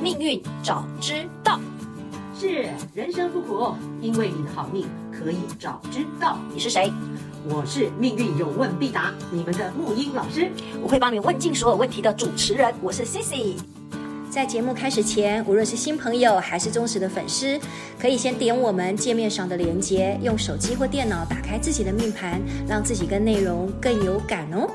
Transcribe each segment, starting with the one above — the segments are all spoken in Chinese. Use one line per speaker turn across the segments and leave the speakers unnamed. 命运早知道。
是人生不苦，因为你的好命可以早知道。
你是谁？
我是命运有问必答，你们的木英老师。
我会帮你问尽所有问题的主持人。我是 Cici。
在节目开始前，无论是新朋友还是忠实的粉丝，可以先点我们界面上的连接，用手机或电脑打开自己的命盘，让自己跟内容更有感哦。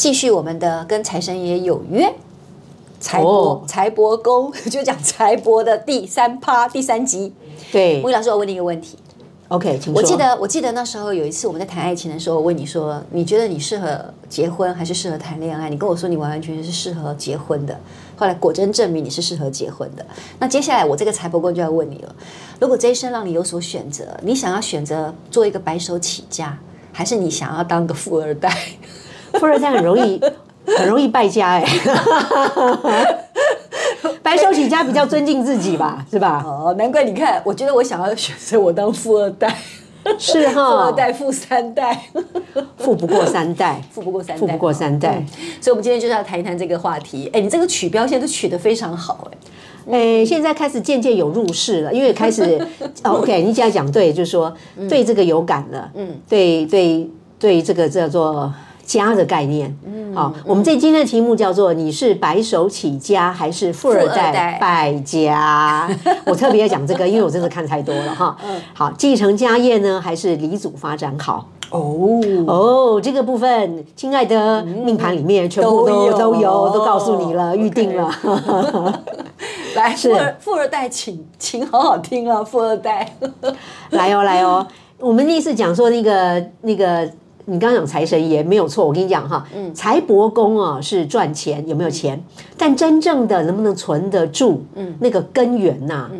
继续我们的跟财神爷有约，财帛
哦
财帛宫 就讲财帛的第三趴第三集。
对
吴宇老师，我问你一个问题，
，OK，请说。
我记得我记得那时候有一次我们在谈爱情的时候，我问你说，你觉得你适合结婚还是适合谈恋爱？你跟我说你完完全全是适合结婚的。后来果真证明你是适合结婚的。那接下来我这个财帛宫就要问你了：如果这一生让你有所选择，你想要选择做一个白手起家，还是你想要当个富二代？
富二代很容易，很容易败 家哎、白手起家比较尊敬自己吧，是吧？
哦，难怪你看，我觉得我想要选择我当富二代，
是
富
哈
二，代、富三代，
富不过三代，
富不过三代，嗯
富不过三代。
所以，我们今天就是要谈一谈这个话题。哎，你这个取标现在都取得非常好，哎，
诶，现在开始渐渐有入世了，因为开始哦 OK，你现在讲对，就是说对这个有感了，嗯，对对对，这个叫做家的概念，嗯，好，我们这今天的题目叫做你是白手起家还是富二
富二代
代败家？我特别讲这个，因为我真的看太多了哈。好，继承家业呢，还是离祖发展好？
哦，
哦，这个部分，亲爱的命盘里面全
都
部都
有
都有，都告诉你了，预定了。
来，
是
富二富二代请，请好好听啊，富二代，
来哦，来哦，我们意思讲说那个那个，你刚刚讲财神爷没有错，我跟你讲哈，财帛宫啊是赚钱有没有钱，但真正的能不能存得住，嗯，那个根源呐、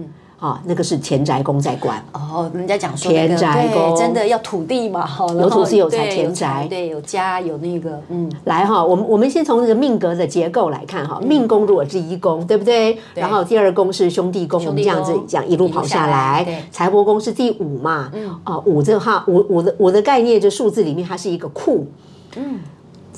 啊，那个是钱宅宫在管。
哦，人家讲说那个
田宅宫
对真的要土地嘛，好，然后
有土是有财
对
田宅
对，有家，有那个，嗯，
来哈，我们我们先从这个命格的结构来看哈，命宫如果是一宫，对不对？然后第二宫是兄弟宫，我
兄
们
弟
这
宫
样子讲一路跑下
一路下来对嗯
来，财帛宫是第五嘛，啊五这哈五五的五的概念就数字里面它是一个库，嗯，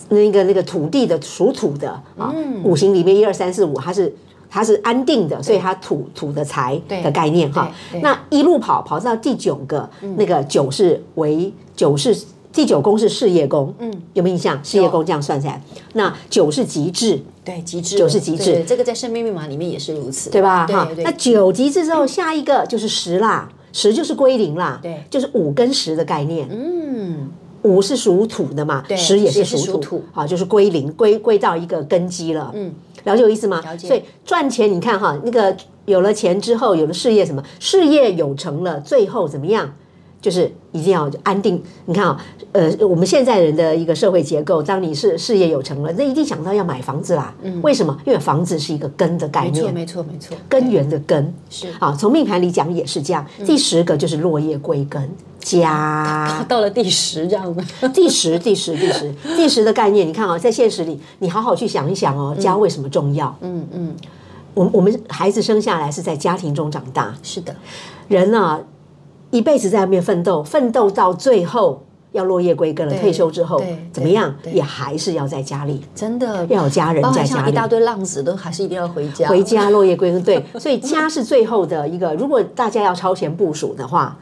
那个那个土地的属土的啊，
嗯
五行里面一二三四五它是。它是安定的，所以它土土的财
对
的概念哈
对。嗯对
那一路跑跑到第九个，那个九是为九是第九宫是事业宫，嗯，有没有印象？事业宫这样算起来，那九是极致，
对，极致，
九是极致
对对这个在生命密码里面也是如此，
对吧？
对
哈，
对
那九极致之后，下一个就是十啦，十就是归零啦，
对
就是五跟十的概念，嗯。五是属土的嘛，十也是
也是属
属
土
土，好，就是归零，归归到一个根基了。嗯，了解我意思吗？
了解
所以赚钱，你看哈，那个有了钱之后，有了事业什么，事业有成了，最后怎么样？就是一定要安定。你看啊、呃，我们现在人的一个社会结构，当你是事业有成了，那一定想到要买房子啦。嗯，为什么？因为房子是一个根的概
没
念
错，。没错，没错，
根源的根
嗯是嗯
啊，从命盘里讲也是这样。第十个就是落叶归根， 家。
到了第十这样子，
第十，第十，第十，第十的概念，你看啊、在现实里，你好好去想一想哦，家为什么重要？嗯嗯，我我们孩子生下来是在家庭中长大，
是的，
人啊一辈子在外面奋斗，奋斗到最后要落叶归根了，
对
退休之后
对
怎么样，
对对
也还是要在家里，
真的
要有家人
包含
在家
像一
里。
大堆浪子都还是一定要回家，
回家落叶归根，对， 所以家是最后的一个。如果大家要超前部署的话，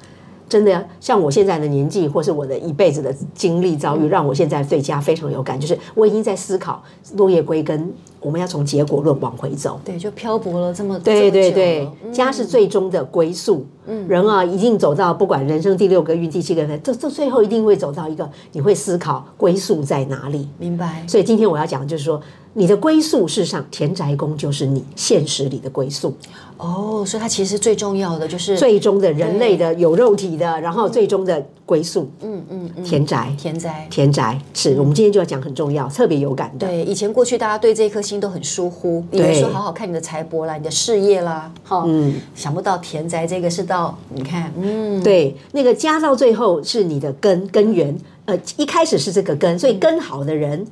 真的像我现在的年纪，或是我的一辈子的经历遭遇，让我现在对家非常有感。就是我已经在思考落叶归根，我们要从结果论往回走。
对，就漂泊了这嗯么
对对，
这
对
么久了，
家是最终的归宿。人啊，一定走到不管人生第六个运、第七个运，这这最后一定会走到一个，你会思考归宿在哪里。
明白。
所以今天我要讲的就是说，你的归宿，事实上田宅宫就是你现实里的归宿。
哦，所以它其实最重要的就是
最终的人类的有肉体的，然后最终的归宿，嗯嗯，田宅，
田宅。
田宅是我们今天就要讲很重要，特别有感的。
对，以前过去大家对这颗星都很疏忽，以为
对
说好好看你的财帛啦，你的事业啦，哈，
嗯
想不到田宅这个是到你看，嗯，
对，那个家到最后是你的根根源，呃，一开始是这个
嗯
根，所以根好的人。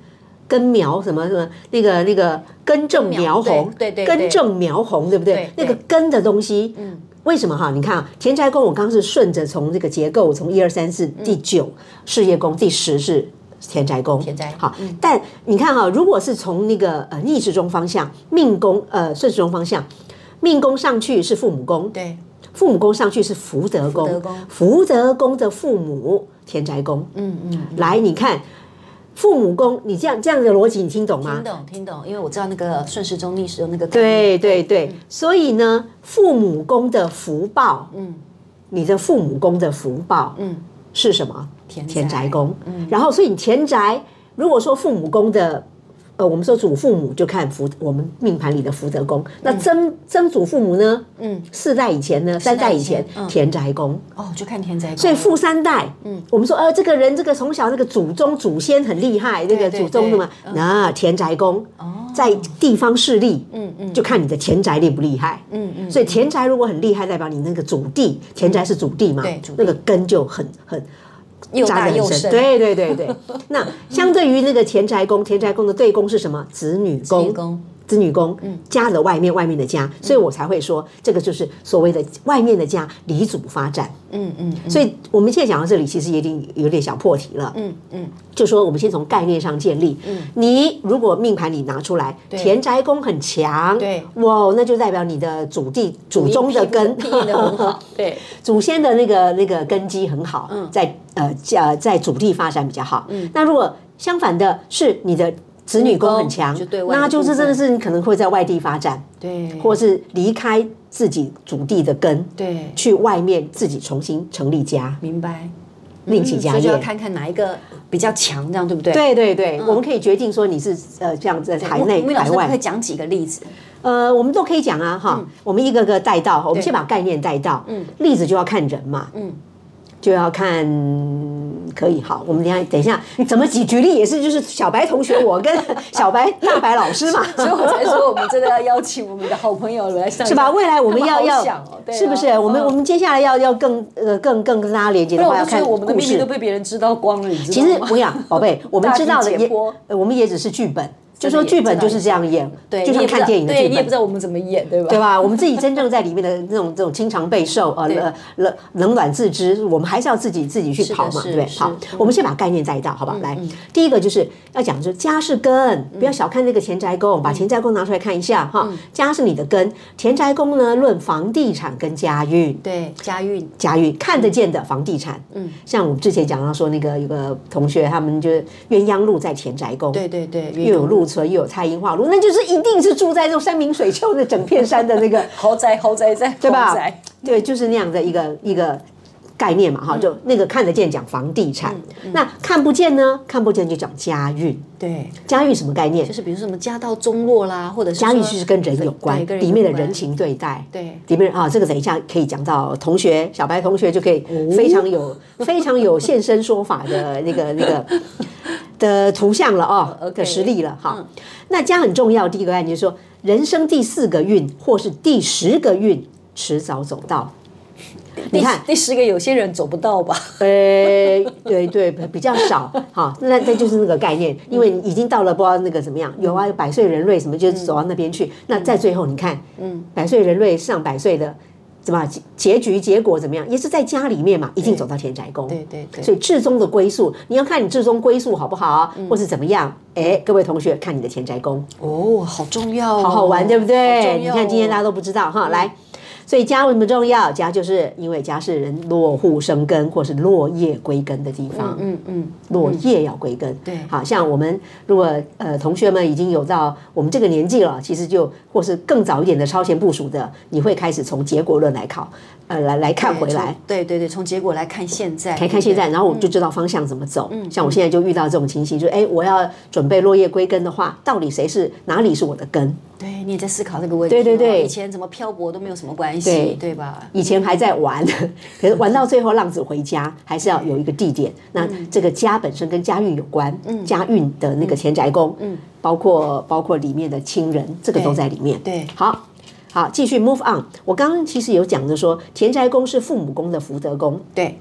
根苗什么什么那个那个根正苗红，
对对对对
根正苗红，对不
对
对？
对嗯
那个根的东西，为什么哈？你看啊，田宅宫，我刚刚是顺着从这个结构，从一二三四第九事业宫，第十是田宅宫。
嗯田宅嗯
好，但你看哈、如果是从那个呃逆时钟方向，命宫呃顺时钟方向，命宫上去是父母宫，
对，
父母宫上去是福德宫，
福德宫
的父母田宅宫。
嗯嗯，
来，你看父母宫，你这样这样的逻辑你听懂吗？
听懂听懂，因为我知道那个顺时钟逆时钟那个概念，
对对
嗯
对，所以呢，父母宫的福报，嗯，你的父母宫的福报，嗯，是什么？
田宅
田宅宫，嗯，然后所以你田宅，如果说父母宫的。呃，我们说祖父母就看福，我们命盘里的福德宫。那
嗯
曾曾祖父母呢？嗯，四代以前呢，三代以前
以前嗯
田宅宫。
哦，就看田宅宫，
所以富三代，嗯，我们说，呃，这个人这个从小那个祖宗祖先很厉害，那个
对
祖宗的嘛，
对嗯哦
那田宅宫，在地方势力，嗯嗯，就看你的田宅厉不厉害，嗯嗯，所以田宅如果很厉害，代表你那个祖地，田宅是祖地嘛，
嗯对祖地
那个根就很很
又
扎
大
得
又
很
深，
深，对对对 对。那相对于那个田宅宫，田宅宫的对宫是什么？子女
子女
宫，
宫，嗯
子女宫，家的外面，外面的家，所以我才会说，这个就是所谓的外面的家离祖发展。
嗯嗯
所以我们现在讲到这里，其实已经有点小破题了。
嗯嗯，
就说我们先从概念上建立。你如果命盘里拿出来，田宅宫很强，
对
哇，那就代表你的祖地、祖宗的根，
拼的很好，嗯对，
祖先的那个那个根基很好，在呃家在主地发展比较好。
嗯
那如果相反的是你的子女宫很强
子女宫就对，外的
那就是
部分
真的是你可能会在外地发展，
对，
或是离开自己主地的根，
对，
去外面自己重新成立家，
明白。嗯
另起家
所以就
业
要。嗯看看哪一个比较强，这样对不对？，
对对对，我们可以决定说你是呃这样在海内
木木老
海
师嗯会
外，
讲几个例子，
呃，我们都可以讲啊哈，我们一个个带到，我们先把概念带到，
嗯
例子就要看人嘛，嗯，就要看可以好，我们等一下等一下怎么举举例也是就是小白同学我 跟小白大白老师嘛，
所以我才说我们真的要邀请我们的好朋友来上，
是吧？未来我们要
他好
要
想哦对啊
是不是？我们我们接下来要要更呃更更跟大家连接
不
的
然
话，
我
要
就觉
看
得我们的
故
秘密都
事。
被别人知道光了，你知
其
道
实
吗？
我跟 你讲，宝贝，我们
大
知道的
地
也
解剖，
呃我们也只是剧本，就说
也
剧本
知道
就
也
是
是
这样演，
对，
就
你
像
也不知
看
道
电影的
对
剧
你也不
本
知。道我们怎么演，对吧？
对吧？我们自己真正在里面的那种这种经常备受呃
对
冷冷冷暖自知，我们还是要自己自己去
是的
跑嘛，
是
对不对？
是
好
嗯，
我们先把概念带到，好不好？来，第一个就是要讲就是家是根，
嗯
不要小看那个田宅宫，把田宅宫拿出来看一下哈。家是你的根，田宅宫呢论房地产跟家运。
对，家运
家运看得见的房地产，嗯，像我们之前讲到说，那个有个同学，他们就是鸳鸯路在田宅宫，
对对对，
又有陆村，又有蔡英化路，那就是一定是住在这种山明水秀的整片山的那个
豪宅，豪宅在
对吧
豪宅？
对，就是那样的一个一个概念嘛，
嗯
哈，就那个看得见讲房地产，那看不见呢？看不见就讲家运，
对，
家运什么概念
就？是比如说什么家道中落啦，或者是
家运
说
是跟人有关，
对跟
里面的
有关
人情对待。
对
里面啊，这个等一下可以讲到同学小白同学就可以非常有、非常有现身说法的那个那个的图像了哦
OK
的实力了哈。那家很重要，第一个案就是说，人生第四个运或是第十个运，迟早走到。你看，
第十个有些人走不到吧？
呃，对对，比较少哈。那那就是那个概念，因为你已经到了不知道那个怎么样，有啊，百岁人瑞什么，就走到那边去。那在最后，你看，嗯，百岁人瑞上百岁的，怎么结结局结果怎么样，也是在家里面嘛，一定走到田宅宫。
对对对
所以至终的归宿，你要看你至终归宿好不好，或是怎么样。哎，各位同学，看你的田宅宫。
哦，好重要、哦，
好好玩，对不
好
对？
重
你
要哦嗯
看今天大家都不知道哈，来。所以家为什么重要？家就是因为家是人落户生根或是落叶归根的地方，
嗯嗯，
落叶要归根。
对
好像我们如果呃同学们已经有到我们这个年纪了，其实就或是更早一点的超前部署的，你会开始从结果论来考，呃来来看回来。
对对对，从嗯结果来看现在，
来看现在，然后我就知道方向怎么走。
嗯
像我现在就遇到这种情形，就是哎，我要准备落叶归根的话，到底谁是哪里是我的根？
对，哎对你也在思考这个问题哦，
对对对
以前怎么漂泊都没有什么关
对
系，对吧？
以前还在玩， 可是玩到最后浪子回家，还是要有一个地点。那这个家本身跟家运有关，家运的那个田宅宫，包括包括里面的亲人，这个都在里面。
对
好。好，继续 move on。我刚刚其实有讲的说，田宅宫是父母宫的福德宫，
对，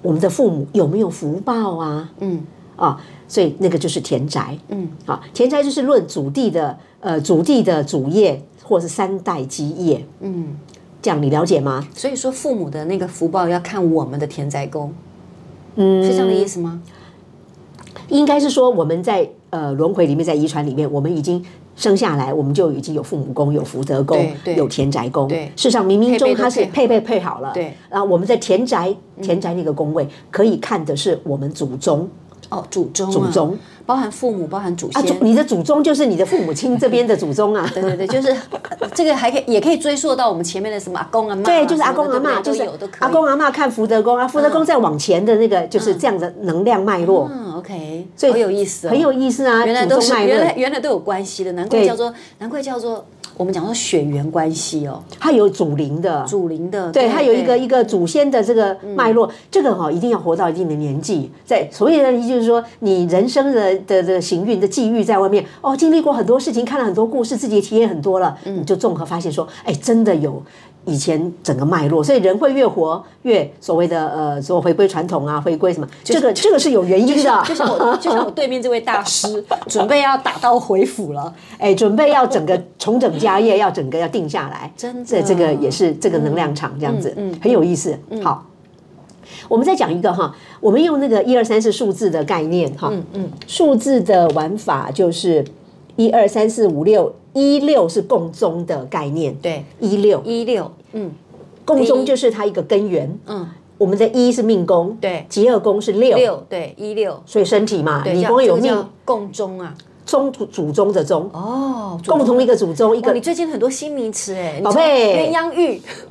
我们的父母有没有福报啊？嗯，啊，所以那个就是田宅。嗯，啊，田宅就是论祖地的呃祖地的祖业或是三代基业。嗯，这样你了解吗？
所以说父母的那个福报要看我们的田宅宫，嗯，是这样的意思吗？
应该是说我们在呃轮回里面，在遗传里面，我们已经生下来，我们就已经有父母宫、有福德宫
对、对
有田宅宫。
对
事实上冥冥
配备
中
都
它是
配
配备配好了。
对，嗯
然后我们在田宅田宅那个宫位，可以看的是我们祖宗。
哦，祖宗、啊，
祖宗
包含父母，包含祖
啊，
先。
祖你的祖宗就是你的父母亲这边的祖宗啊。
对对对，就是呃这个还可以，也可以追溯到我们前面的什么阿公阿妈啊什么的，
对，就是阿公阿
对
妈，
不对
就是
都有都可以。
阿公阿妈看福德宫啊，福德宫再往前的那个就是这样的能量脉络，
嗯，OK，
所以
好有意思、哦，
很有意思啊。
原来
祖
都
宗
是
脉
原来
论，
原来都有关系的，难怪
对
叫做难怪叫做我们讲说血缘关系哦，
它有祖灵的，
祖灵的，
对，嗯它有一个
对
一个祖先的这个脉络，这个哈、一定要活到一定的年纪，在所谓的就是说，你人生的的的行运的际遇在外面哦，经历过很多事情，看了很多故事，自己也体验很多了，你就综合发现说，哎，真的有。以前整个脉络，所以人会越活越所谓的呃，所回归传统啊，回归什么？这个这个是有原因的，
就像我就像我对面这位大师准备要打道回府了，
哎，准备要整个 重整家业，要整个要定下来，
真的
这这个也是这个能量场这样子，
嗯嗯
很有意思。好，我们再讲一个哈，我们用那个一二三四数字的概念哈，嗯嗯，数字的玩法就是一二三四五六。一六是共宗的概念，
对，
一六
一六，嗯
共宗
一
就是它一个根源。
嗯，
我们的一是命宫，
对
极恶宫是六，
六对一六，
所以身体嘛，
对，
你
叫
光有
这个
命
叫共宗啊，
宗祖祖宗的宗，
哦，
共同一
个。
个祖宗，一
哇，
个
哦你最近很多新名词哎，你
宝
从
贝
鸳鸯 浴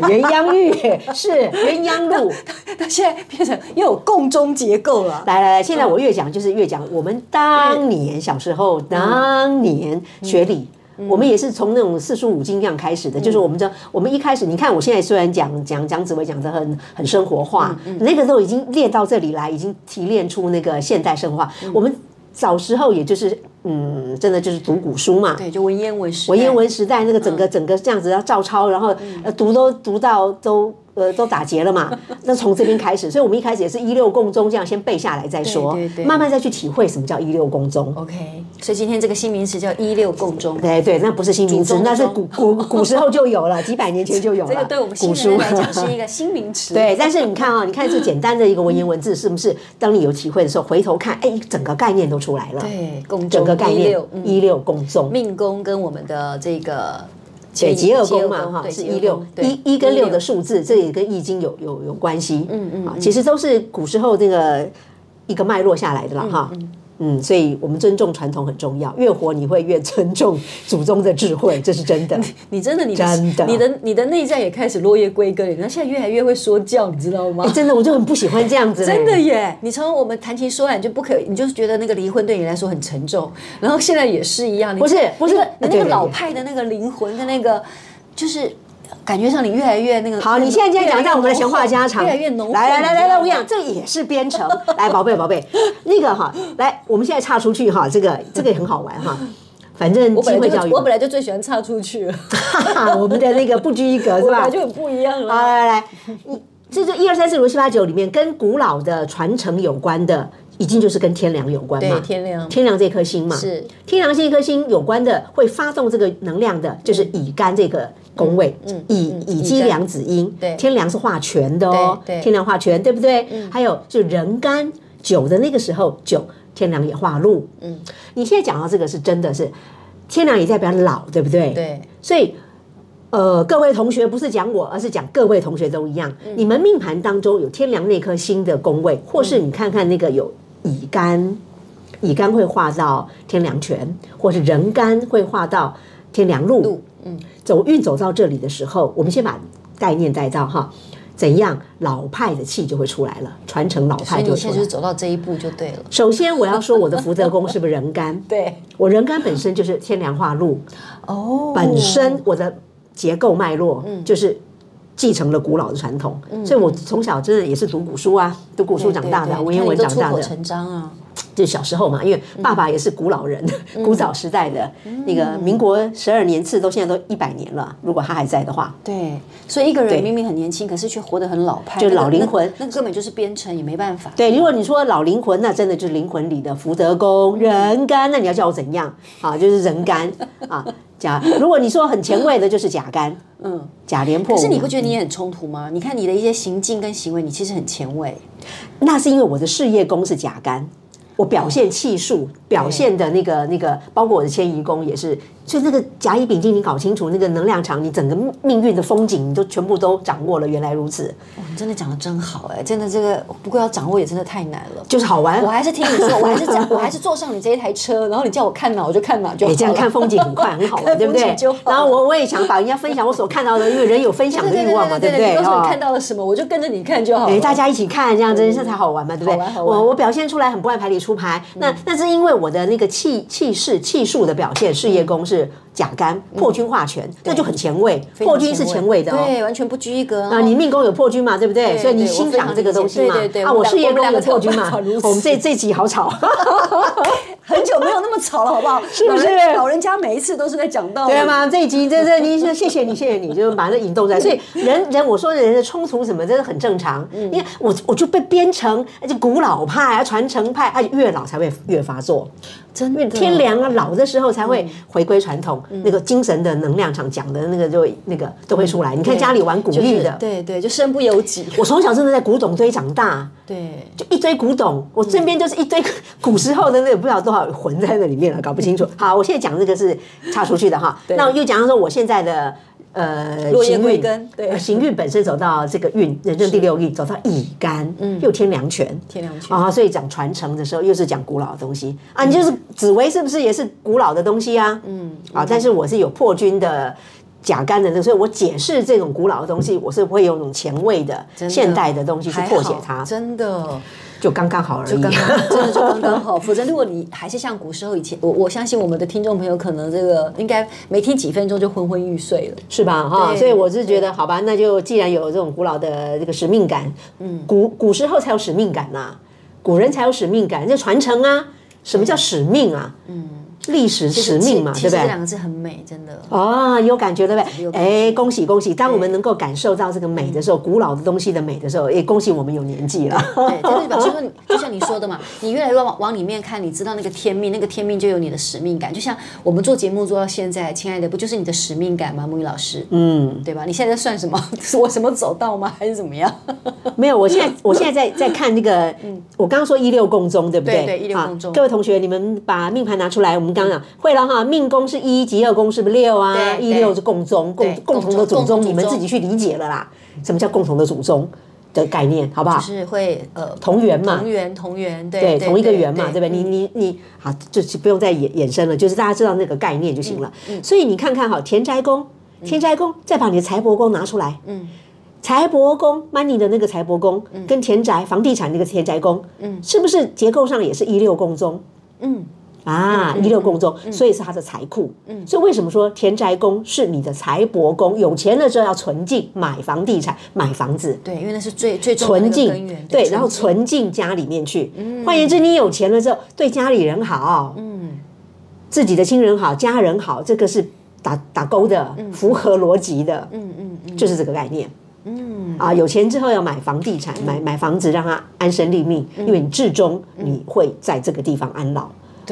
鸳鸯浴是鸳鸯路。
到现在变成又有共宗结构了，
来来来，现在我越讲就是越讲，我们当年小时候，当年学理。我们也是从那种四书五经这样开始的，就是我们这我们一开始，你看我现在虽然讲讲讲紫薇讲的很很生活化，那个都已经练到这里来，已经提炼出那个现代生活化。我们早时候也就是嗯，真的就是读古书嘛，
对，就嗯文言文时代，
文言文时代那个整个整个这样子要照抄，然后呃读都读到都呃都打结了 嘛，那从这边开始，所以我们一开始也是一六共宗这样先背下来再说
对对对，
慢慢再去体会什么叫一六共宗。
OK，所以今天这个新名词叫一六共中，
对哎对，那不是新名
祖
词，
宗
那是
祖
古古古时候就有了，几百年前就有了。
这个对我们新
古
人
书
来讲是一个新名词。
对，但是你看啊、你看这简单的一个文言文字，是不是？当你有体会的时候，回头看，哎，整个概念都出来了。
对，共中
整个概念
16，嗯
一六共宗。
命宫跟我们的这个
对，极恶宫
极
嘛，
恶
哈，
对
是
极恶
一六
宫对
一一跟六的数字，这也跟易经有有有关系。嗯嗯，啊，其实都是古时候这个一个脉络下来的啦，哈。嗯，所以我们尊重传统很重要，越活你会越尊重祖宗的智慧，这是 真的。
你真的你的
真的
你的你的内在也开始落叶归根了，那现在越来越会说教，你知道吗？
真的，我就很不喜欢这样子嘞。
真的耶！你从我们谈情说爱，你就不可，你就是觉得那个离婚对你来说很沉重，然后现在也是一样。你
不是不是
那个你那
对
个
对
老
对
派的那个灵魂跟那个，就是感觉上你越来越那个。
好，你现在这样讲，在我们的闲话家常，
越来越浓厚。
来来来来来，我跟你
讲。
讲，这也是编程。来，宝贝宝贝，那个哈，来，我们现在岔出去哈，这个这个也很好玩哈。反正
我
机
本来
会
就
教育，
我本来就最喜欢岔出去了，
哈哈，我们的那个不拘一格是
我本
吧
来？就很不一样
好，
了。
来来来，你这就一二三四五六七八九里面跟古老的传承有关的，已经就是跟天梁有关嘛。
对天梁
天梁这颗星嘛，
是
天梁这颗星有关的，会发动这个能量的，就是乙肝这个宫位，嗯，乙乙
乙
基
肝
梁子阴，
对
天梁是化权的哦，
对对嗯
天梁化权，对不对？还有就人干九的那个时候，九天梁也化禄，嗯，你现在讲到这个是真的是天梁也代表老，对不对？
对，
所以，呃，各位同学不是讲我，而是讲各位同学都一样。
嗯
你们命盘当中有天梁那颗星的宫位，或是你看看那个有乙干，乙干会画到天梁权，或是人干会画到天梁禄。嗯，走运走到这里的时候，我们先把概念带到哈。怎样老派的气就会出来了，传承老
所
派
以你
就会出
现
来
在就是走到这一步就对了。
首先，我要说我的福德宫是不是人干？
对，
我人干本身就是天梁化禄，
哦，
本身我的结构脉络，
嗯
就是继承了古老的传统，所以我从小真的也是读古书啊，读古书长大的，文言文长大
出口嗯
的，
成章啊。
就是小时候嘛，因为爸爸也是古老人，
嗯
古早时代的那个民国十二年次，都现在都一百年了，如果他还在的话，
对，所以一个人
对
明明很年轻，可是却活得很老派，
就
那个
老灵
那
魂
那根本就是编程，也没办法。
对，如果你说老灵魂，那真的就是灵魂里的福德宫人干，那你要叫我怎样啊？就是人干啊，甲。如果你说很前卫的，就是甲干，嗯，甲廉颇。
可是你会觉得你也很冲突吗？你看你的一些行径跟行为，你其实很前卫。
那是因为我的事业宫是甲干，我表现气数、表现的那个那个，包括我的迁移宫也是，所以那个甲乙丙丁你搞清楚那个能量场，你整个命运的风景你都全部都掌握了。原来如此，
哇，你真的讲的真好哎、真的这个不过要掌握也真的太难了。
就是好玩。
我还是听你说，我还是讲， 我还是坐上你这一台车，然后你叫我看哪我就哎看哪就好了。
你这样看风景很快，很好玩，
看
对不对
风景就好？了
然后我我也想把人家分享我所看到的，因为人有分享的欲望嘛，对不对？
你告诉
哦
你看到了什么，我就跟着你看就好
哎，
了。
大家一起看，这样真是才好玩嘛，对不对
好玩？好玩嗯
我我表现出来很不按牌理出牌，那那是因为我的那个气气势、气数的表现，事业宫是甲干破军化权，那就很前卫，
嗯非常
破军是前卫的哦。
对，完全不拘一格
啊，你命宫有破军嘛，对不对？
对
所以你
对我
欣
非常
赏这个
理解
东西嘛。
对对对
啊，
我
我
们
事业
两个
宫有破军
我
嘛
们两个才有办法如。此
我们这这集好 吵。
很久没有那么吵了，好不好？是
不是
老人家每一次都是在讲道理，
对？啊吗？这一集真的，你谢谢你，谢谢你，就是把这引动
嗯
在。所以人人，我说人的冲突什么，真的很正常。
嗯
你看我，我就被编成而且古老派啊、传承派，而且越老才会越发作。
真
因为天良啊，老的时候才
嗯
会回归传统，那个精神的能量场讲的那个就会那个都会出来。你看家里玩古玉的，
嗯对对，就身不由己。
我从小真的在古董堆长大，
对，
就一堆古董，我身边就是一堆古时候的那个不知道多少魂在那里面了，搞不清楚。好，我现在讲这个是插出去的哈，
嗯对
那我又讲到说我现在的。呃，
落叶
行运
归根对
呃行运本身走到这个运，人生第六运走到乙干，嗯，又天良权，
天良权
啊，所以讲传承的时候又是讲古老的东西啊，你就是紫薇是不是也是古老的东西啊？嗯，啊，但是我是有破军的甲干的那个，所以我解释这种古老的东西，我是会用那种前卫的、
真的
现代的东西去
还
破解
好
它，
真的。
就刚刚好而已。
就刚刚真的就刚刚好，否则如果你还是像古时候以前，我我相信我们的听众朋友可能这个应该没听几分钟就昏昏欲睡了。
是吧？哈，
对
所以我是觉得，好吧，那就既然有这种古老的这个使命感，嗯，古古时候才有使命感呐、古人才有使命感，就传承啊。什么叫使命啊？嗯，历史使命嘛，
其实
对不
这
对
两？个字很美，真的。
哦，有感觉对不对？
有感觉嗯
哎，恭喜恭喜！当我们能够感受到这个美的时候，古老的东西的美的时候，也恭喜我们有年纪了。
对，这就表示说你，就像你说的嘛，你越来越往往里面看，你知道那个天命，那个天命就有你的使命感。就像我们做节目做到现在，亲爱的，不就是你的使命感吗？木鱼老师，嗯，对吧？你现在在算什么？ 是我什么走道吗？还是怎么样？
没有，我现在我现在在在看那个，我刚刚说一六共中，对不对？
嗯对对一六
啊
共中
各位同学，你们把命盘拿出来，我们刚刚讲会了哈，命宫是一，吉二宫是不是六啊？
嗯对
一
对
六是共中，共
对
共同的祖
共同的祖
宗，
宗
你们自己去理解了啦。什么叫共同的祖宗的概念，好不好
就？是会呃
同源嘛
同源同源，对
对，同一个圆嘛，
对
对嗯
嗯
不对？你你你，好，就是不用再衍衍生了，就是大家知道那个概念就行了。所以你看看哈，田宅宫，田宅宫，再把你的财帛宫拿出来，嗯，财帛宫 money 的那个财帛宫，跟田宅房地产那个田宅宫，嗯，是不是结构上也是一六宫中？嗯。啊，一六宫中，所以是它的财库。嗯，所以为什么说田宅宫是你的财帛宫？有钱了之后要存进买房地产、买房子，
对，因为那是最最重要的那
纯
个根
净
源，，
对，然后存进家里面去。换言之，你有钱了之后，对家里人好，嗯，自己的亲人好，家人好，这个是打打勾的，符合逻辑的，嗯嗯，就是这个概念。嗯啊，有钱之后要买房地产，买买房子，让他安身立命，因为你至终你会在这个地方安老，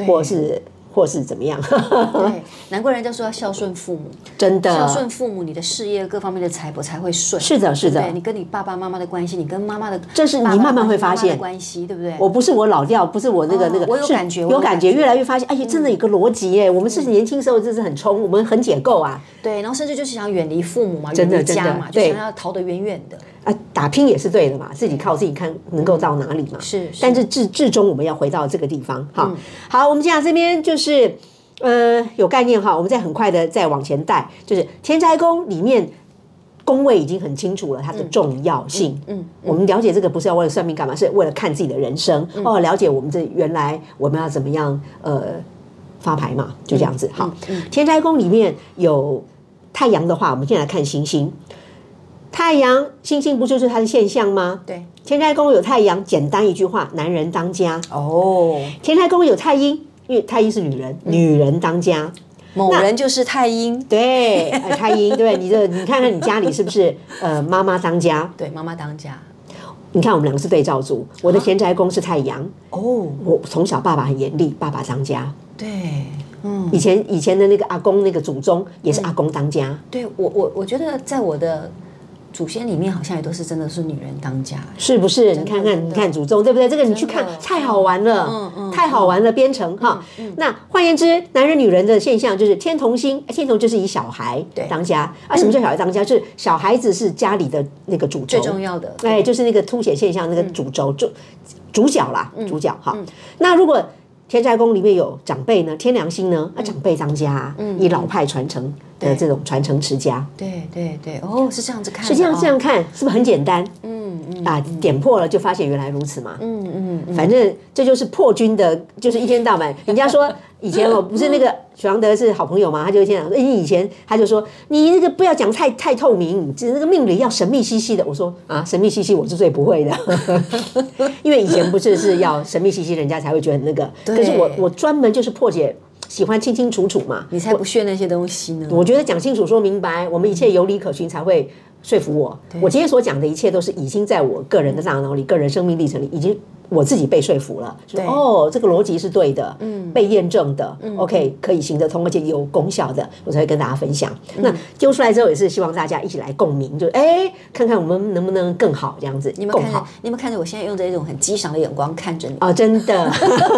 或是啊或是怎么样，
对，难怪人家说要孝顺父母，
真的
孝顺父母，你的事业各方面的财帛才会顺。
啊是的是的
对不对你跟你爸爸妈妈的关系，你跟妈妈的，
嗯这是你
爸爸
慢慢会
妈妈
发
的
现
关系，对不对？
我哦不是我老掉，不是我那个、
哦
那个，
我有
是
感觉我
有
有
感
感
觉，
觉嗯
越来越发现，哎，真的有个逻辑耶。我们是年轻时候就是很冲，我们很解构啊，
对，然后甚至就是想远离父母嘛，
真
远
的
离家
真的
嘛，就
对
想要逃得远远的。
啊，打拼也是对的嘛，自己靠自己看能够到哪里嘛。
是是
但是嗯至至终我们要回到这个地方哈。好，我们讲这边就是呃有概念哈，我们再很快的再往前带，就是天灾宫里面。宫位已经很清楚了，它的重要性。嗯，我们了解这个不是要为了算命干嘛，是为了看自己的人生、哦，了解我们这原来我们要怎么样呃发牌嘛，就这样子。好，天灾宫里面有太阳的话，我们先来看星星。太阳、星星不就是它的现象吗？
对，
天灾宫有太阳，简单一句话，男人当家；
哦，
天灾宫有太阴，因为太阴是女人，女人当家。
某人就是太阴，
对，呃太阴，对你这，你看看你家里是不是呃妈妈当家？
对，妈妈当家。
你看我们两个是对照组，我的天灾宫是太阳，
哦，
我从小爸爸很严厉，爸爸当家。
对，嗯
以前以前的那个阿公那个祖宗也是阿公当家，
对我我我觉得在我的祖先里面好像也都是真的是女人当家，
是不是？
的
你
真
看看，
的
你看祖宗，对不对？这个你去看
真的，
太好玩了，
嗯嗯
太好玩了，编程哈。那换言之，男人女人的现象就是天同星，哎天同就是以小孩
对
当家啊。什么叫小孩当家？就是小孩子是家里的那个主轴，
最重要的。嗯
哎，就是那个凸显现象那个主轴主主角啦，主角哈。那如果天宅宫里面有长辈呢，天良
嗯
星呢，啊，长辈当家，以老派传承的这种传承持家，
对对对，哦，是这样子看的，
是这样
哦
这样，看，是不是很简单？
嗯嗯
啊，点破了就发现原来如此嘛。
嗯嗯嗯，
反正这就是破军的，就是一天 到晚，人家说以前我不是那个许常德是好朋友嘛，他就一天讲说，哎你以前他就说你那个不要讲太太透明，只是那个命理要神秘兮兮的。我说啊，神秘兮兮我是最不会的， 因为以前不是是要神秘兮兮，人家才会觉得很那个。可是我我专门就是破解，喜欢清清楚楚嘛。
你才不屑那些东西呢。
我觉得讲清楚、说明白，我们一切有理可循才会说服我。我今天所讲的一切都是已经在我个人的大脑里、个人生命历程里，已经我自己被说服了。说哦，这个逻辑是对的，嗯，被验证的、
嗯
o k 可以行得通，而且有功效的，我才会跟大家分享。
嗯
那丢出来之后，也是希望大家一起来共鸣，就哎，看看我们能不能更好这样子，
你们
更
看着
好。，
你们看着，我现在用着一种很激赏的眼光看着你。
哦，真的，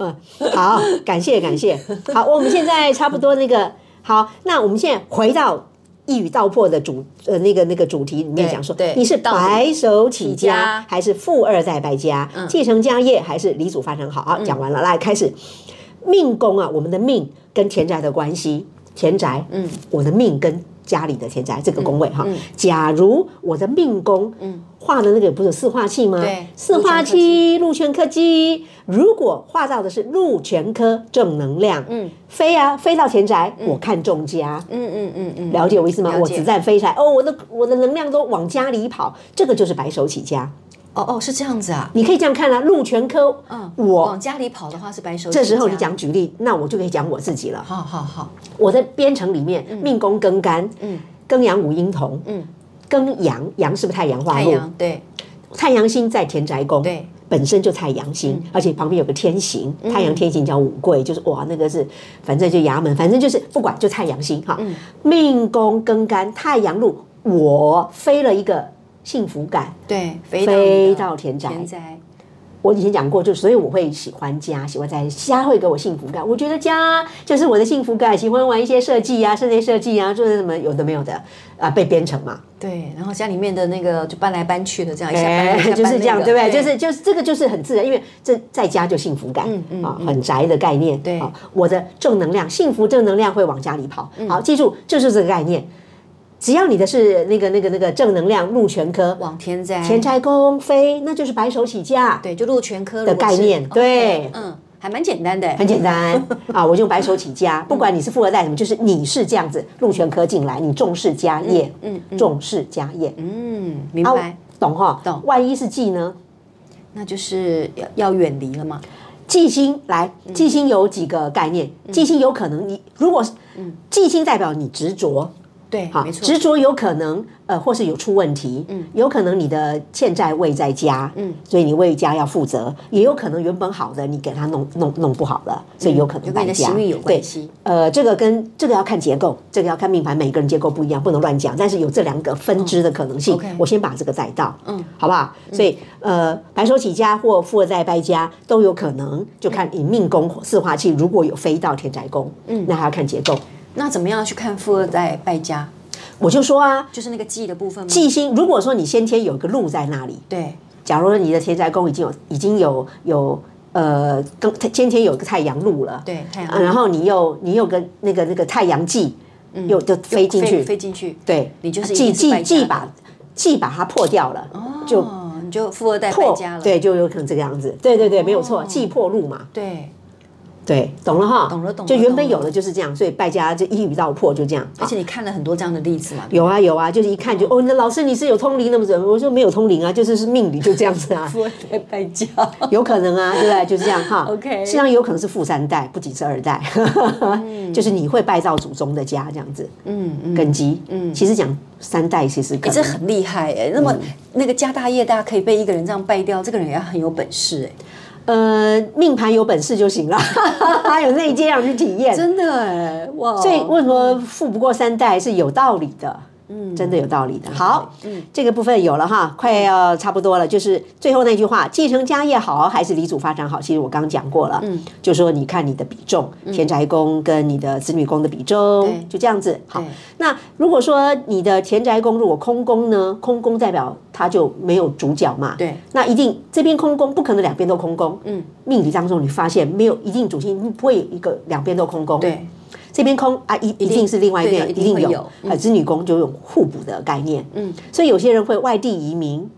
嗯好，感谢感谢，好，我们现在差不多那个，好，那我们现在回到一语道破的主呃那个那个主题里面
对
讲说
对，
你是
道理
白手起
起
家
家嗯
还是富二代败家，继承家业还是离祖发展好？好，讲完了，来开始命宫啊，我们的命跟田宅的关系，田宅，嗯，我的命跟。家里的田宅这个宫位哈，假如我的命宫，嗯，画的那个不是有四化气吗？
对
四
陆泉科
化气、禄全科技。如果画到的是禄全科正能量，嗯，飞啊飞到田宅，我看中家，
嗯嗯嗯嗯，
了解我意思吗？
了
我
解
子弹飞起来，哦，我的我的能量都往家里跑，这个就是白手起家。
哦哦，是这样子啊。
你可以这样看啊，禄全科，
嗯，
我
往家里跑的话是白手。
这时候你，讲举例，那我就可以讲我自己了。
好好好，
我的编程里面，命宫庚干，嗯，庚阳五阴同，嗯
嗯，
庚阳阳是不是太阳化
太
禄？
阳对
太阳星在田宅宫，
对，嗯
本身就太阳星，而且旁边有个天刑，太阳天刑叫五贵，就是哇，那个是反正就衙门，反正就是不管就太阳星哈。
嗯
命宫庚干太阳路，我飞了一个幸福感。
对，
飞
飞
到
到
田宅
田宅，
我以前讲过，就所以我会喜欢家，喜欢在家会给我幸福感。我觉得家就是我的幸福感，喜欢玩一些设计啊、室内设计啊，就是什么有的没有的啊，被编程嘛。
对，然后家里面的那个就搬来搬去的，这样一下搬那
哎
个一下搬
就
那
是
个，
这样，对不对？就是就是这个就是很自然，因为这在家就幸福感，啊，很宅的概念，
嗯对
啊我的正能量、幸福正能量会往家里跑。
嗯
好，记住，就是这个概念。只要你的是那个那个那个正能量禄全科，
往田宅，
田宅宫飞，那就是白手起家，
对，就陆全科
的
如果是
概念
OK，
对
嗯，还蛮简单的，
很 简单啊，我就白手起
嗯
家，不管你是富二代什么，就是你是这样子禄全科进来，你重视家业，
嗯
重视家业，
嗯，明
啊
白，
懂哈？
懂
万一是忌呢？
那就是要要远离了嘛，
忌星来，
嗯
忌星有几个概念？忌星有可能你如果是，忌星代表你执着，
对，
好
嗯没，错，嗯
执着有可能呃，或是有出问题，有可能你的欠债未在家，所以你为家要负责，也有可能原本好的你给他弄弄弄不好了，所以有可能
嗯就跟你
败
的
家，
行运有
对
关，系，
呃，这个跟这个要看结构，这个要看命盘，每个人结构不一样，不能乱讲。但是有这两个分支的可能性，
嗯，OK
我先把这个带到，嗯，好不好？所以呃，白手起家或富二代败家都有可能，就看你命宫四化气如果有飞到田宅宫，嗯，那还要看结构。
那怎么样去看富二代败家？
我就说啊，
就是那个记的部分吗？
忌星，如果说你先天有一个路在那里，
对，
假如你的田宅宫已经有已经有有呃，跟先天有一个太阳路了，
对太阳
啊然后你又你有个那个那个太阳忌，嗯又就飞进去，
飞进去，
对，啊
你就是一
既
定是败
既
家
既
的
把既把它破掉了，就
哦，你就富二代败
破
家了，哦
对，就有可能这个样子。对对对，没有错，既破路嘛，
对，
对，懂了哈，
懂了懂了
就原本
懂了
有的就是这样，所以败家就一语道破，就这样。
而且你看了很多这样的例子嘛，
有啊有啊，就是一看就哦，那老师你是有通灵那么准？我说没有通灵啊，就是是命理就这样子 啊，
富二代败家，
有可能啊，对不对？就是这样哈。
OK
实际上有可能是富三代，不仅是二代， 就是你会拜到祖宗的家这样子，
嗯嗯，
根基。嗯，其实讲三代其实可
这
能
很厉害哎、那么那个家大业大可以被一个人这样败掉，这个人也要很有本事哎、
呃，命盘有本事就行了， 还有内奸让你去体验。哦
真的哎、哇！
所以为什么富不过三代是有道理的，嗯，真的有道理的。好，嗯，这个部分有了哈，快要差不多了。就是最后那句话，继承家业好还是离组发展好？其实我刚讲过了，嗯，就说你看你的比重，田宅宫跟你的子女宫的比重，就这样子。好，那 如果说你的田宅宫如果空宫呢，空宫代表它就没有主角嘛，对，那一定这边空宫不可能两边都空宫，嗯，命理当中你发现没有一定主星，不会有一个两边都空宫，对。这边空啊，一一定是另外一边
对
一
一定
定
会
有
有，
呃，子女宫就有互补的概念，嗯，所以有些人会外地移民，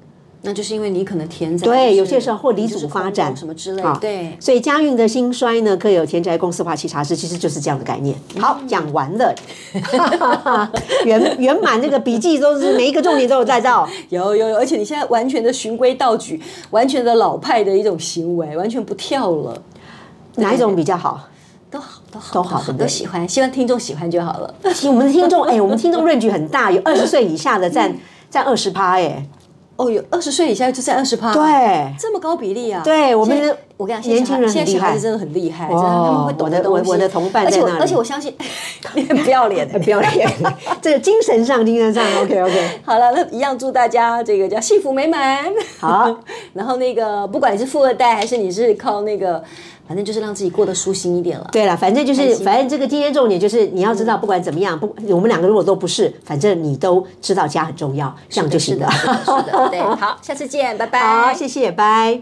那就是因为你可能填在
对
就是
有些时候或离
你就是
组发
空
展
洞什么之类
啊，
对，
所以家运的兴衰呢，可以有田宅宫、四化、七茶师，其实就是这样的概念。好，讲完了， 圆圆满这个笔记都是每一个重点都有带 到，
有有有，而且你现在完全的循规蹈矩，完全的老派的一种行为，完全不跳了，
哪一种比较好？
都好都好
都好对不对
都喜欢，希望听众喜欢就好了。
其实我们的听众，哎，我们听众 range 很大，有二十岁以下的占占二十趴，哎，
哦，有二十岁以下就占二十趴，，
对。
这么高比例啊！
对我们
现在我跟你讲，
年
现在小
轻
孩
人
现在小孩
很厉害
子真的很厉害，
哦
真的他们会懂
我的
东西。
我的同伴
而且我
在那里
而且我相信你很不要 脸欸，
不要脸，这个精神上，精神上，OK OK，
好了，那一样祝大家这个叫幸福美满。
好，
然后那个不管你是富二代还是你是靠那个，反正就是让自己过得舒心一点了。
对了，反正就是
开，心嗯
反正这个今天重点就是你要知道，不管怎么样，不，我们两个如果都不是，反正你都知道家很重要，这样就行
是
了
的，。是的，是的对。好，下次见，拜拜。
好，谢谢，拜。